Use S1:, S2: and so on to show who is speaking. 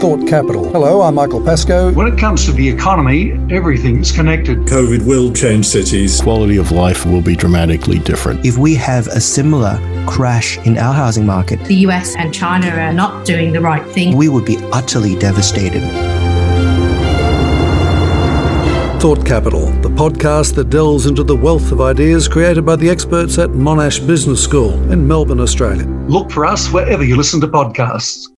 S1: Thought Capital. Hello, I'm Michael Pascoe.
S2: When it comes to the economy, everything's connected.
S3: COVID will change cities.
S4: Quality of life will be dramatically different.
S5: If we have a similar crash in our housing market,
S6: the US and China are not doing the right thing.
S5: We would be utterly devastated.
S1: Thought Capital, the podcast that delves into the wealth of ideas created by the experts at Monash Business School in Melbourne, Australia.
S2: Look for us wherever you listen to podcasts.